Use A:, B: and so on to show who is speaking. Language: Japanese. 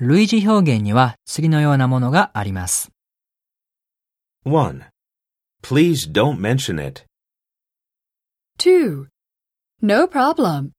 A: 類似表現には次のようなものがあります。
B: 1. Please don't mention it.
C: 2. No problem.